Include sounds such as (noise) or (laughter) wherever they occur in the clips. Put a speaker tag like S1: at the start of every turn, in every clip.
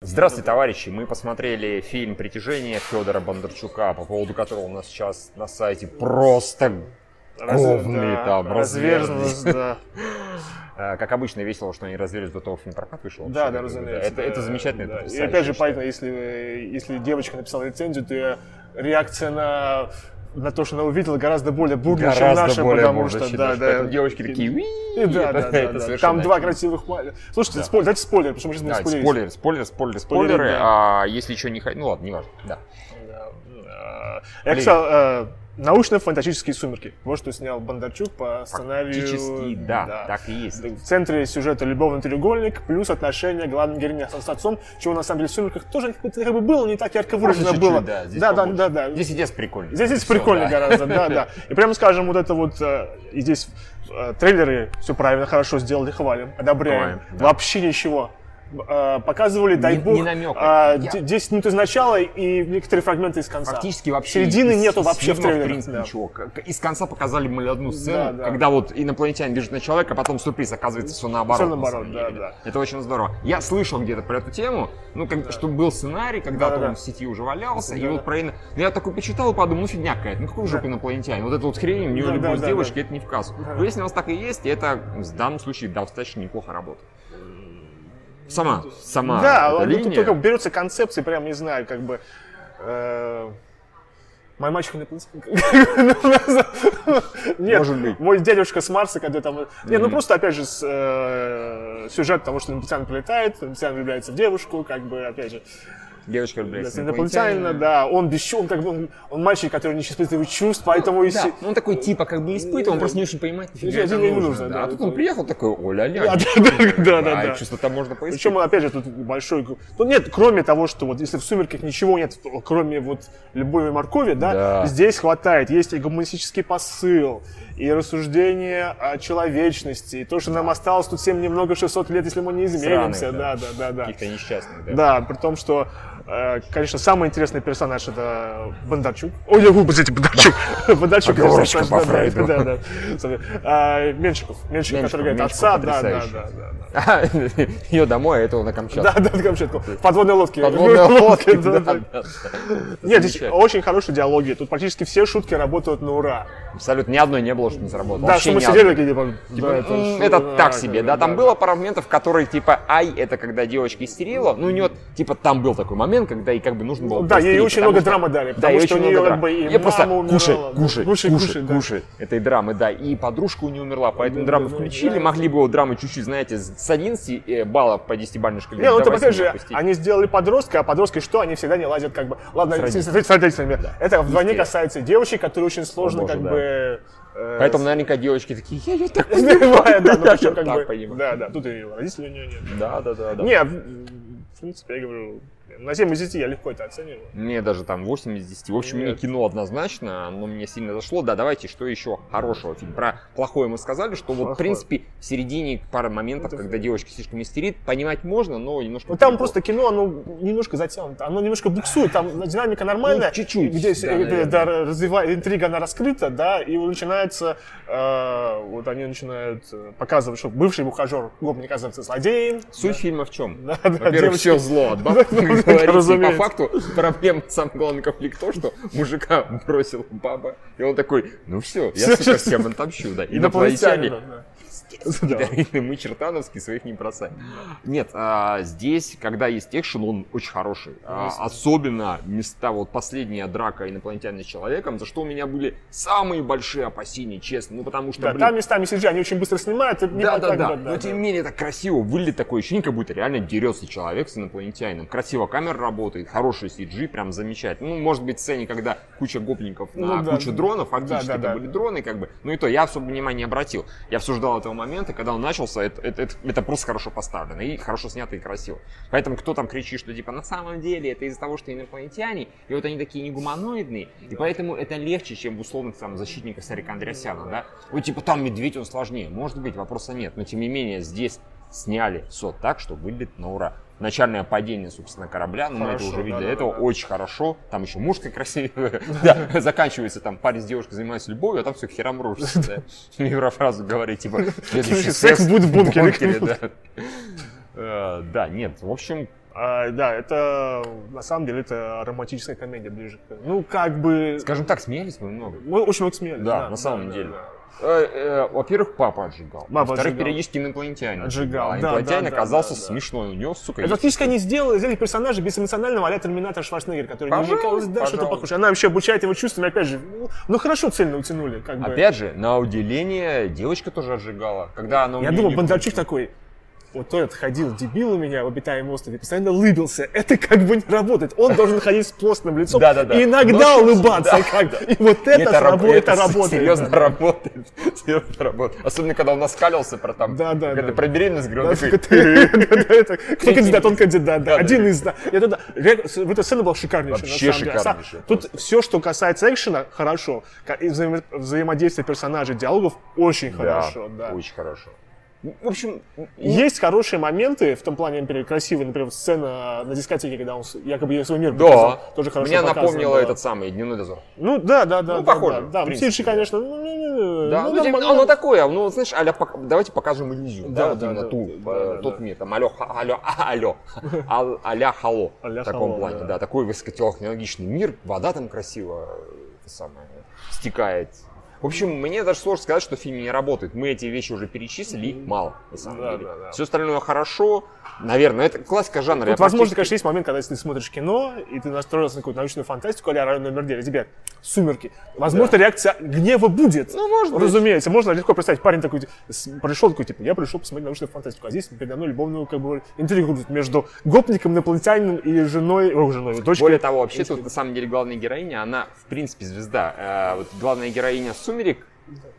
S1: Здравствуйте, товарищи! Мы посмотрели фильм «Притяжение» Федора Бондарчука, по поводу которого у нас сейчас на сайте просто говны там
S2: разверзлись,
S1: разверзлись. (laughs)
S2: да.
S1: Э, Как обычно, весело, что они развелись до того, как фильм прокат вышел.
S2: Да,
S1: вообще.
S2: да, разумеется.
S1: Это, это
S2: Да,
S1: замечательно,
S2: да.
S1: это
S2: И
S1: потрясающе,
S2: опять
S1: я
S2: же,
S1: считаю.
S2: поэтому, если, если девочка написала рецензию, то ее реакция на, на то, что она увидела, гораздо более бурная, чем
S1: Гораздо
S2: наша,
S1: более
S2: потому
S1: бурно,
S2: что...
S1: чем
S2: Да,
S1: наш.
S2: да.
S1: Поэтому девочки такие...
S2: И
S1: «Уи!»
S2: Да, да,
S1: Это
S2: да, да.
S1: совершенно
S2: Там два
S1: очевидно.
S2: красивых... ма- Слушайте,
S1: Да.
S2: спойлер, давайте спойлеры, потому что мы
S1: Да,
S2: сейчас не
S1: спойлеры, спойлеры, спойлеры,
S2: Спойлеры,
S1: спойлеры.
S2: да.
S1: А если еще не... хо- Ну ладно, не важно. Да.
S2: Э, Я писал э, научно-фантастические сумерки. Вот что снял Бондарчук по сценарию.
S1: Фактически, да, так и есть.
S2: В центре сюжета любовный треугольник, плюс отношения главной героини с с отцом, чего на самом деле в «Сумерках» тоже как-то как бы было, не так ярко выражено
S1: Чуть-чуть,
S2: было.
S1: да, здесь
S2: да, да,
S1: побольше.
S2: да, да.
S1: Здесь и здесь прикольно.
S2: Здесь есть
S1: Всё,
S2: прикольно
S1: да.
S2: гораздо, да, да. И прямо скажем, вот это вот, э, и здесь э, трейлеры все правильно, хорошо сделали, хвалим, одобряем.
S1: Хвалим, да.
S2: Вообще ничего. Э, Показывали, дай
S1: Ни-
S2: бог,
S1: ни намёка.
S2: э,
S1: Я-
S2: де- 10 минут из начала и некоторые фрагменты из конца.
S1: Фактически вообще...
S2: Середины
S1: из-
S2: нету
S1: из
S2: вообще в
S1: фильма,
S2: трейлерах,
S1: принципе,
S2: да.
S1: ничего. Как- Из конца показали мы одну сцену,
S2: да.
S1: когда вот инопланетяне бежит на человека, а потом сюрприз, оказывается, все наоборот.
S2: Всё
S1: на
S2: наоборот,
S1: самом
S2: да,
S1: деле.
S2: да.
S1: Это очень здорово. Я слышал где-то про эту тему, ну, как, что был сценарий, когда-то
S2: Да-да-да.
S1: он в сети уже валялся,
S2: Да-да.
S1: и вот про... ино- Ну, я такой почитал и подумал, ну, фигня какая-то, ну, какой же инопланетянин? Вот это вот хрень, у него
S2: Да-да-да-да.
S1: любовь с девушкой, это не в кассу.
S2: Да.
S1: Выяснилось, так и есть, и это в данном случае достаточно неплохо работает. Сама, сама
S2: Да,
S1: эта
S2: ладно, тут
S1: линия.
S2: только берутся концепции, прям не знаю, как бы. э, Моя мачеха на (laughs) Нет,
S1: Может быть.
S2: мой дядюшка с Марса, когда там... Не, ну просто, опять же, с, э, сюжет того, что инопланетян прилетает, инопланетян влюбляется в девушку, как бы, опять же,
S1: Девочка влюбляется в
S2: инопланетянина, да, он без чё- он как бы, он, он мальчик, который не испытывает чувств, поэтому и...
S1: Да,
S2: си-
S1: он такой типа как бы испытывал, он просто не очень понимает, нафига
S2: Один
S1: это
S2: не
S1: нужно.
S2: нужно,
S1: да.
S2: да.
S1: А тут он приехал такой,
S2: (laughs) Да,
S1: оля-ля.
S2: да, да, да,
S1: А
S2: да.
S1: Что-то там можно поискать.
S2: Причем, опять же, тут большой... Ну, нет, кроме того, что вот если в «Сумерках» ничего нет, то кроме вот любовь и моркови, да,
S1: Да.
S2: здесь хватает. Есть и гуманистический посыл, и рассуждение о человечности, и то, что нам осталось тут всем немного 600 лет, если мы не изменимся.
S1: Сраных, да.
S2: да, да, да, да.
S1: Каких-то несчастных, да.
S2: Да, при том, что, э, конечно, самый интересный персонаж это Бондарчук. Ой, я губы,
S1: (laughs)
S2: кстати, Бондарчук. Бондарчук.
S1: Оговорочка
S2: конечно,
S1: по
S2: да, да,
S1: Фрейду.
S2: Да, да. Смотри, а, Меншиков. Меншиков,
S1: Меншиков,
S2: который говорит
S1: Меншиков
S2: отца, да, да,
S1: потрясающий.
S2: да, да,
S1: (laughs)
S2: да.
S1: А, Ее домой, а этого на
S2: Да,
S1: Камчатке.
S2: да, на Камчатку. В подводной лодке. (laughs)
S1: Подводная
S2: В
S1: лодка,
S2: да,
S1: да,
S2: да.
S1: да.
S2: Нет, здесь
S1: Замечательно.
S2: очень хорошие диалоги. Тут практически все шутки работают на ура.
S1: Абсолютно ни одной не было, что не заработало.
S2: Да, что мы сидели такие, типа,
S1: Типа,
S2: да,
S1: «М,
S2: шо-
S1: это так
S2: да, как
S1: себе,
S2: бы,
S1: да. Там было пару моментов, которые типа ай, это когда девочка истерила. Ну, у нее, типа, там был такой момент, когда ей как бы нужно было.
S2: Да, ей
S1: поистерить,
S2: очень
S1: потому
S2: много
S1: что-
S2: драмы дали,
S1: Да,
S2: потому
S1: ей
S2: что
S1: очень
S2: у нее
S1: много
S2: как
S1: драмы.
S2: бы и
S1: Ей просто
S2: мама
S1: кушай,
S2: умирала, да.
S1: кушай,
S2: Кушай,
S1: кушай,
S2: кушай, да.
S1: кушай. Этой драмы, да. И подружка у нее умерла, поэтому
S2: Да,
S1: драму
S2: да,
S1: включили.
S2: Ну, да.
S1: Могли бы вот драмы чуть-чуть, знаете, с с 11 э, баллов по 10-бальной шкале.
S2: Не, ну
S1: до
S2: это
S1: 8
S2: опять же,
S1: опустить.
S2: они сделали подростка, а подростки что? Они всегда не лазят как бы... Ладно,
S1: С
S2: с,
S1: родителями.
S2: с- с родителями. Это вдвойне
S1: Естественно.
S2: касается и девочек, которые очень сложно
S1: боже,
S2: как
S1: да.
S2: бы... э,
S1: Поэтому наверняка девочки такие, я ее
S2: (laughs)
S1: так
S2: Бывает, да,
S1: (laughs)
S2: ну
S1: Я
S2: причем
S1: её
S2: как
S1: так
S2: бы...
S1: понимаю.
S2: Да, да, тут и родителей у нее нет.
S1: Да, да, да, да.
S2: Не, в в принципе, я говорю, на 7 из 10 я легко это оцениваю.
S1: Мне даже там 8 из 10. В общем, мне
S2: Нет.
S1: кино однозначно, оно мне сильно зашло. Да, давайте, что еще хорошего фильма? Про плохое мы сказали, что вот,
S2: Плохое. Ну,
S1: в принципе, в середине пара моментов,
S2: Это
S1: когда девочка слишком истерит, понимать можно, но немножко...
S2: Ну там
S1: перебор.
S2: просто кино, оно немножко затянуто, оно немножко буксует, там динамика нормальная.
S1: Ну, чуть-чуть,
S2: Где
S1: да, наверное.
S2: развивает, интрига, она раскрыта, да, и начинается, э, вот они начинают э, показывать, что бывший ухажер ну, гопник оказывается злодеем.
S1: Суть фильма в чем?
S2: (laughs) Да, да,
S1: Во-первых,
S2: девочки.
S1: все зло от баб,
S2: Да, (laughs)
S1: как
S2: да, да,
S1: говорится. И По
S2: разумеется.
S1: факту проблема, самый главный конфликт то, что мужика бросил баба, и он такой, ну все, я
S2: Всё,
S1: сука
S2: сейчас-
S1: всем отомщу, да.
S2: Инопланетянин,
S1: Инопланетяне, (laughs)
S2: да.
S1: Естественно,
S2: Да.
S1: Дарина, мы чертановские своих не бросаем. Нет, а, здесь, когда есть экшен, он очень хороший. А,
S2: Конечно.
S1: особенно места, вот последняя драка инопланетянина с человеком, за что у меня были самые большие опасения, честно. Ну, потому что,
S2: Да,
S1: блин,
S2: там местами CGI, они очень быстро снимают. и не
S1: да,
S2: так,
S1: да,
S2: так,
S1: да. Но тем не менее, так красиво выглядит такое ощущение, как будто реально дерется человек с инопланетянином. Красиво камера работает, хороший CG, прям замечательно. Ну, может быть, в сцене, когда куча гопников на
S2: Ну да.
S1: кучу дронов, фактически
S2: Да, да,
S1: это
S2: да,
S1: были
S2: да.
S1: дроны, как бы. Ну и то, я особо внимания не обратил. Я все ждал этого момента, когда он начался, это, это- это- это просто хорошо поставлено и хорошо снято и красиво. Поэтому кто там кричит, что типа на самом деле это из-за того, что инопланетяне, и вот они такие негуманоидные, и поэтому это легче, чем условно там защитника Сарика Андреасяна, да? Вот типа там медведь, он сложнее. Может быть, вопроса нет, но тем не менее здесь сняли сот так, что выглядит на ура. Начальное падение, собственно, корабля, ну, мы это
S2: Хорошо,
S1: уже видели
S2: да-да-да.
S1: этого, очень хорошо, там еще мушка красивая, (laughs) да, заканчивается там парень с девушкой занимается любовью, а там все к херам
S2: (laughs)
S1: рушится, да. Юра фразу говорит, типа, следующий (laughs)
S2: Секс будет в бункере.
S1: да. Э, Да, нет, в общем,
S2: А, да, это на самом деле это романтическая комедия ближе. к- Ну, как бы.
S1: Скажем так, смеялись мы много.
S2: Мы очень много смеялись.
S1: Да, на самом
S2: да,
S1: деле.
S2: да.
S1: Э, э, Во-первых, папа отжигал.
S2: Папа
S1: Во-вторых,
S2: отжигал.
S1: периодически инопланетянин.
S2: Отжигал,
S1: А
S2: да,
S1: Инопланетянин
S2: да, да,
S1: оказался
S2: да, да.
S1: смешной. У него, сука,
S2: Это
S1: есть-
S2: фактически они сделали, сделали персонажа безэмоционального а-ля Терминатор Шварценеггер, который
S1: Пожалуй,
S2: не вникал, да, что-то
S1: пожалуй.
S2: похоже. Она вообще обучает его чувствам, и опять же, ну, ну, хорошо цельно утянули, как бы.
S1: Опять же, на уделение девочка тоже отжигала. Когда она у
S2: Я
S1: неё
S2: думал,
S1: не-
S2: Бондарчук такой, вот этот ходил дебил у меня в обитаемом острове, постоянно улыбился. Это как бы не работает. Он должен ходить с плоским лицом
S1: Да-да-да.
S2: и иногда
S1: Но- Ну,
S2: улыбаться.
S1: да,
S2: как бы. И вот это,
S1: Это, раб-
S2: срабо-
S1: это
S2: это работает.
S1: серьезно
S2: Да.
S1: (laughs) работает. Серьезно работает. Особенно, когда он оскалился про там...
S2: Да, да,
S1: когда
S2: да.
S1: про беременность говорил, он такой,
S2: (laughs) Это- Кто кандидат? Он кандидат, да.
S1: Да-да.
S2: Один из... да. Это да. Реально, с- Эта сцена была шикарнейшая.
S1: Вообще
S2: на самом деле.
S1: шикарнейшая
S2: Са- Тут все, что касается экшена, хорошо. Ка- и взаимо- Взаимодействие персонажей, диалогов очень хорошо. да.
S1: Очень хорошо. Ну, В общем,
S2: Есть хорошие моменты, в том плане, например, красивые, например, сцена на дискотеке, когда он с- якобы ей свой мир показал,
S1: да.
S2: тоже хорошо
S1: Меня
S2: показано
S1: напомнило
S2: было.
S1: этот самый дневной дозор.
S2: Ну, да, да, да.
S1: Ну,
S2: да,
S1: похоже,
S2: Да, да.
S1: в принципе,
S2: Мстители,
S1: да.
S2: конечно. ну, ну, ну,
S1: Да,
S2: ну,
S1: ну, типа,
S2: нормально.
S1: оно такое, ну, знаешь, а-ля пок- давайте покажем иллюзию,
S2: Да,
S1: да, вот
S2: да,
S1: именно
S2: да,
S1: ту,
S2: да,
S1: э,
S2: да,
S1: тот
S2: да.
S1: мир, там, алё, ха- алё, а-
S2: (laughs)
S1: алё, а- а-ля хало,
S2: А-ля
S1: в таком
S2: хало,
S1: плане,
S2: да.
S1: да. такой высокотехнологичный мир, вода там красиво, э, это самое, стекает. В общем, мне даже сложно сказать, что фильм не работает. Мы эти вещи уже перечислили, и мало, на самом
S2: Да,
S1: деле.
S2: да, да.
S1: Все остальное хорошо, наверное, это классика жанра. Я
S2: Тут, возможно,
S1: практически-
S2: конечно, есть момент, когда если ты смотришь кино, и ты настроился на какую-то научную фантастику, а район номер 9, тебе сумерки. Возможно, реакция гнева будет.
S1: Ну, может быть.
S2: Разумеется, можно легко представить, парень такой с- пришел такой, типа, я пришел посмотреть научную фантастику, а здесь передо мной любовную как бы, интригу тут между гопником, инопланетянином и женой, о, женой, дочкой.
S1: Более того, вообще
S2: Дочкой.
S1: тут на самом деле главная героиня, она в принципе звезда. Э, вот главная героиня Сумерек,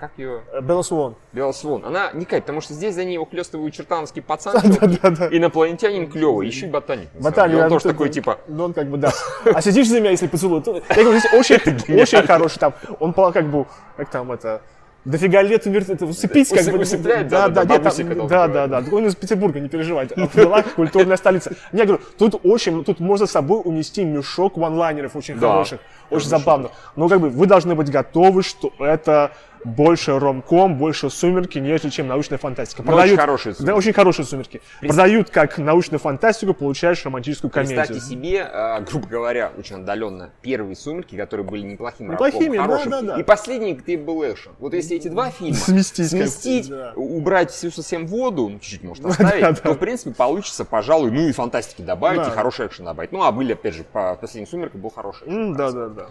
S1: как ее?
S2: Э,
S1: (laughs)
S2: Белла Суон.
S1: Белла Свон, она не кайф, потому что здесь за ней ухлёстывают чертановский пацан,
S2: (laughs) Да-да-да.
S1: инопланетянин клевый, еще и ботаник. на самом
S2: Ботаник,
S1: деле.
S2: да,
S1: Он тоже
S2: ну,
S1: такой
S2: ты-
S1: типа,
S2: Ну, он как
S1: (laughs)
S2: бы, да. А сидишь за меня, если поцелуй. то- Я говорю, здесь очень, очень хороший там. Он пол- как бы, как там это, дофига лет умер, это усыпить, как
S1: Усы-
S2: бы.
S1: усыпляет, да, да,
S2: нет,
S1: бабусика
S2: там,
S1: должен
S2: да, да,
S1: говорить.
S2: да. Он из Петербурга, не переживайте. А В делах культурная столица. Я говорю, тут очень, тут можно с собой унести мешок ванлайнеров очень
S1: Да.
S2: хороших, очень
S1: Конечно.
S2: забавных. Но как бы вы должны быть готовы, что это больше ромком, больше сумерки, нежели чем научная фантастика.
S1: Ну, очень хорошие
S2: Да, очень хорошие сумерки. Продают как научную фантастику, получаешь романтическую комедию.
S1: представьте
S2: (laughs)
S1: себе, э, грубо говоря, очень отдаленно, первые «Сумерки», которые были неплохим
S2: Неплохими, да,
S1: хорошим,
S2: да, да.
S1: и последний, где был экшен. Вот если эти два фильма
S2: (laughs) Сместить как-то,
S1: сместить,
S2: да.
S1: убрать всю совсем воду, ну, чуть-чуть,
S2: (laughs)
S1: может, оставить, то, в принципе, получится, пожалуй, ну и фантастики добавить,
S2: Да.
S1: и хороший экшен добавить. Ну, а были, опять же, по последним «Сумеркам» был хороший экшен.
S2: М, Да, да, да.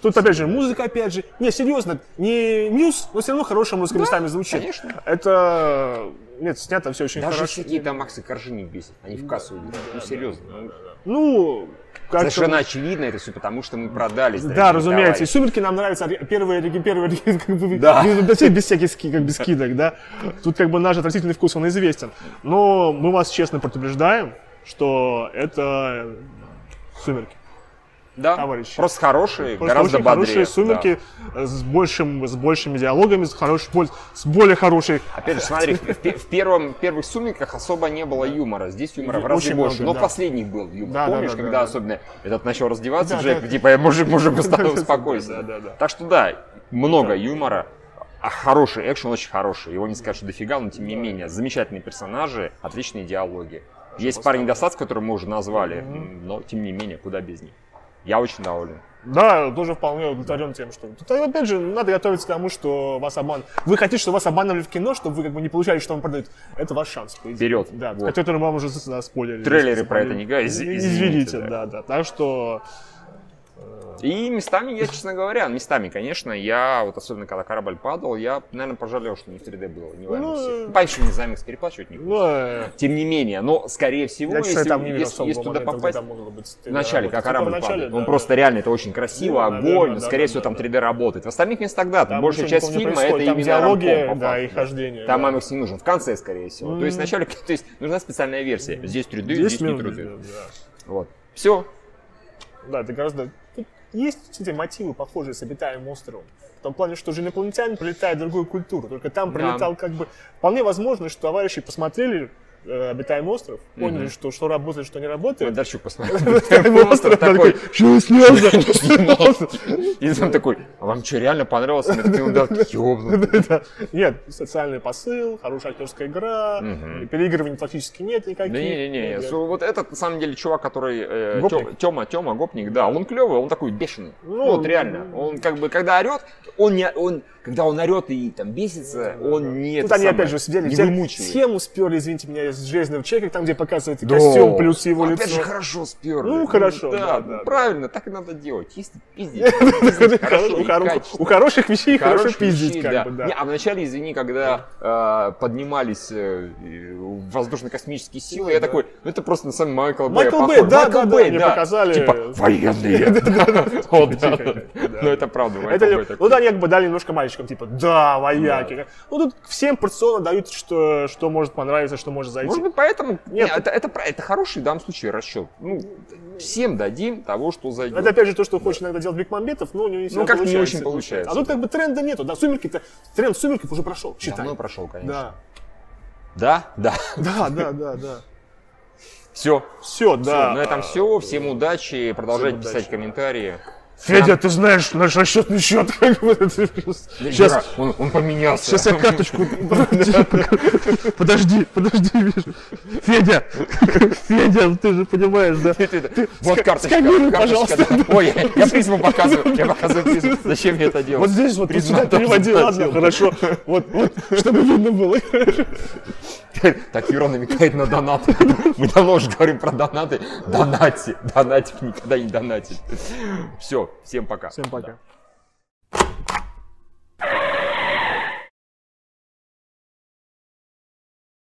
S2: Тут опять же музыка, опять же. Не, серьезно, не ньюс, но все равно хорошая музыка местами звучит.
S1: конечно.
S2: Это. Нет, снято все очень
S1: Даже
S2: хорошо.
S1: всякие там Макс и Коржини бесит, они в кассу играют. ну, серьезно. ну,
S2: Ну, как
S1: Совершенно очевидно это все, потому что мы продались.
S2: Да,
S1: дорогие
S2: разумеется. И
S1: товарищи.
S2: сумерки нам нравятся. ре- Первые, реги- первые, реги- как бы,
S1: Да.
S2: без, без всех- без всяких ски- как без скидок, да. Тут как бы наш отвратительный вкус, он известен. Но мы вас честно предупреждаем, что это сумерки.
S1: Да,
S2: товарищи.
S1: Просто хорошие,
S2: Просто
S1: гораздо
S2: очень
S1: бодрее.
S2: хорошие сумерки э, с, большим, с большими диалогами, с, хорош, боль- с более хорошей.
S1: да. Опять же, смотри, в, пе- в первом, в первых сумерках особо не было юмора. Здесь юмора в разы
S2: Очень
S1: больше.
S2: много,
S1: но
S2: да.
S1: в последних был юмор.
S2: Да, да,
S1: Помнишь,
S2: да, да,
S1: когда
S2: да.
S1: особенно этот начал раздеваться,
S2: Да,
S1: Джек,
S2: да.
S1: типа, «Э, мужик, мужик,
S2: (laughs) Да, да,
S1: уста-
S2: да,
S1: успокойся.
S2: да, да, да.
S1: Так что да, много юмора. А хороший экшен очень хороший. Его не скажешь что дофига, но тем не менее. Замечательные персонажи, отличные диалоги. Есть парень недостаток, который мы уже назвали, м, но тем не менее, куда без них. Я очень доволен.
S2: Да, тоже вполне удовлетворен тем, что... Тут, а, опять же, надо готовиться к тому, что вас обман... Вы хотите, чтобы вас обманывали в кино, чтобы вы как бы не получали, что вам продают. Это ваш шанс. по идее.
S1: Вперед.
S2: Да,
S1: Вот.
S2: который вам уже за- заспойлерили.
S1: Трейлеры про это не говорят, из-
S2: Извините,
S1: извините,
S2: да.
S1: да.
S2: да, Так что...
S1: И местами, я, честно говоря, местами, конечно, я, вот особенно когда корабль падал, я, наверное, пожалел, что не в 3D было, не в
S2: Ну,
S1: IMAX.
S2: э.
S1: Ну, Понятно, что не за IMAX переплачивать не
S2: Ну, э,
S1: Тем не менее, но, скорее всего,
S2: я, честно,
S1: Ну, если,
S2: там не видел
S1: если-
S2: особого
S1: если туда
S2: момента, где
S1: попасть,
S2: там могло быть
S1: в начале,
S2: работа.
S1: как
S2: Типа, в
S1: корабль
S2: начале,
S1: падает,
S2: да,
S1: он
S2: да.
S1: просто реально, это очень красиво,
S2: Ну, наверное,
S1: огонь,
S2: да,
S1: скорее
S2: да,
S1: всего,
S2: да,
S1: там
S2: да.
S1: 3D работает. В остальных местах, да, там
S2: Там
S1: большая
S2: ничего
S1: часть
S2: такого не
S1: фильма,
S2: происходит,
S1: это
S2: там
S1: именно
S2: диалоги,
S1: рамком,
S2: да,
S1: по
S2: и
S1: факту.
S2: хождение.
S1: Там
S2: да. Ну,
S1: IMAX не нужен, в конце, скорее всего. То есть, вначале, (laughs) то есть, нужна специальная версия. Здесь 3D, здесь,
S2: 10
S1: не
S2: минут,
S1: 3D.
S2: ну, да.
S1: Вот. Все,
S2: Да, это гораздо... Тут есть кстати, мотивы, похожие с обитаемым островом. В том плане, что же инопланетяне прилетают в другую культуру. Только там
S1: Да.
S2: прилетал как бы... Вполне возможно, что товарищи посмотрели э, обитаемый остров, поняли,
S1: Мгм.
S2: что что работает, что не (laughs) работает.
S1: Бондарчук посмотрел.
S2: Обитаемый
S1: Остров
S2: остров
S1: такой,
S2: такой, что
S1: (laughs)
S2: снялся? (laughs)
S1: и там такой, а вам что, реально понравилось? Я такой, «Ну да, ёбнутый».
S2: Да. Нет, социальный посыл, хорошая актерская игра,
S1: Мгм.
S2: переигрываний фактически нет никаких.
S1: Да не, не, не,
S2: Нет.
S1: вот этот на самом деле чувак, который э,
S2: Гопник?
S1: Тема, Тема Гопник, да, он клевый, он такой бешеный.
S2: Ну,
S1: Ну, вот реально,
S2: ну.
S1: он как бы когда орет, он не, он когда он орет и там бесится, он не.
S2: Тут
S1: это
S2: Ну, они
S1: самое,
S2: опять же взяли,
S1: не
S2: взяли
S1: вымучивает.
S2: схему сперли, извините меня, из «Железного человека», там, где показывает
S1: Да.
S2: костюм плюс его
S1: Опять
S2: лицо.
S1: же хорошо сперли.
S2: Ну, хорошо,
S1: Да,
S2: да, да, да.
S1: правильно, так и надо делать. Если
S2: (laughs)
S1: пиздить,
S2: У
S1: пиздить хорошо и
S2: хоро-
S1: качественно.
S2: Ну, У хороших вещей хорошо
S1: Хорошие вещи,
S2: пиздить, как бы,
S1: Не,
S2: да.
S1: а вначале, извини, когда э, поднимались э, э, воздушно-космические силы, я
S2: Да.
S1: такой, ну это просто на самом деле Майкл Бэй.
S2: Майкл
S1: похож».
S2: Бэй, да,
S1: Майкл
S2: да, да,
S1: Бэй,
S2: мне
S1: да.
S2: показали.
S1: Типа,
S2: (laughs)
S1: военные. (laughs) О, да.
S2: Тихо, да.
S1: Ну это правда,
S2: Это
S1: Майкл
S2: ли-
S1: Бэй
S2: ну
S1: такой.
S2: да, они как бы дали немножко мальчикам, типа, да, вояки. Ну тут всем порционно дают, что, что может понравиться, что может зайти.
S1: Может быть, поэтому... Не,
S2: Нет.
S1: это, это, прав- это хороший, в данном случае, расчет. Ну, всем дадим того, что зайдет.
S2: Это опять же то, что хочет иногда делать Бекмамбетов, но у него не всегда
S1: как-то Ну, не
S2: получается.
S1: очень получается,
S2: А тут как бы тренда нету, да, сумерки-то, тренд сумерков уже прошел, считай.
S1: Давно прошел, конечно.
S2: Да,
S1: Да, да. (laughs)
S2: да, да, да, да.
S1: Все.
S2: Все,
S1: Да.
S2: да.
S1: На этом все. Всем удачи. Продолжайте
S2: удачи.
S1: писать комментарии.
S2: Федя, ты знаешь наш расчетный счет. Сейчас,
S1: Сейчас он, он поменялся.
S2: сейчас я карточку. Подожди, подожди, вижу. Федя, Федя, ну ты же понимаешь, да?
S1: Ты- ты- ты- Вот карточка.
S2: сканируй,
S1: карточка,
S2: пожалуйста.
S1: да. (laughs) Ой, я- я призму показываю. Я показываю призму. Зачем я это делал?
S2: Вот здесь вот, вот
S1: Признал,
S2: сюда переводи,
S1: что
S2: ладно,
S1: хотел.
S2: хорошо. Вот, вот, чтобы видно было.
S1: (laughs) Так Юра намекает на донаты. (laughs) Мы давно уже говорим про донаты. Донати. Донатик никогда не донатит. Все, всем пока.
S2: Всем пока.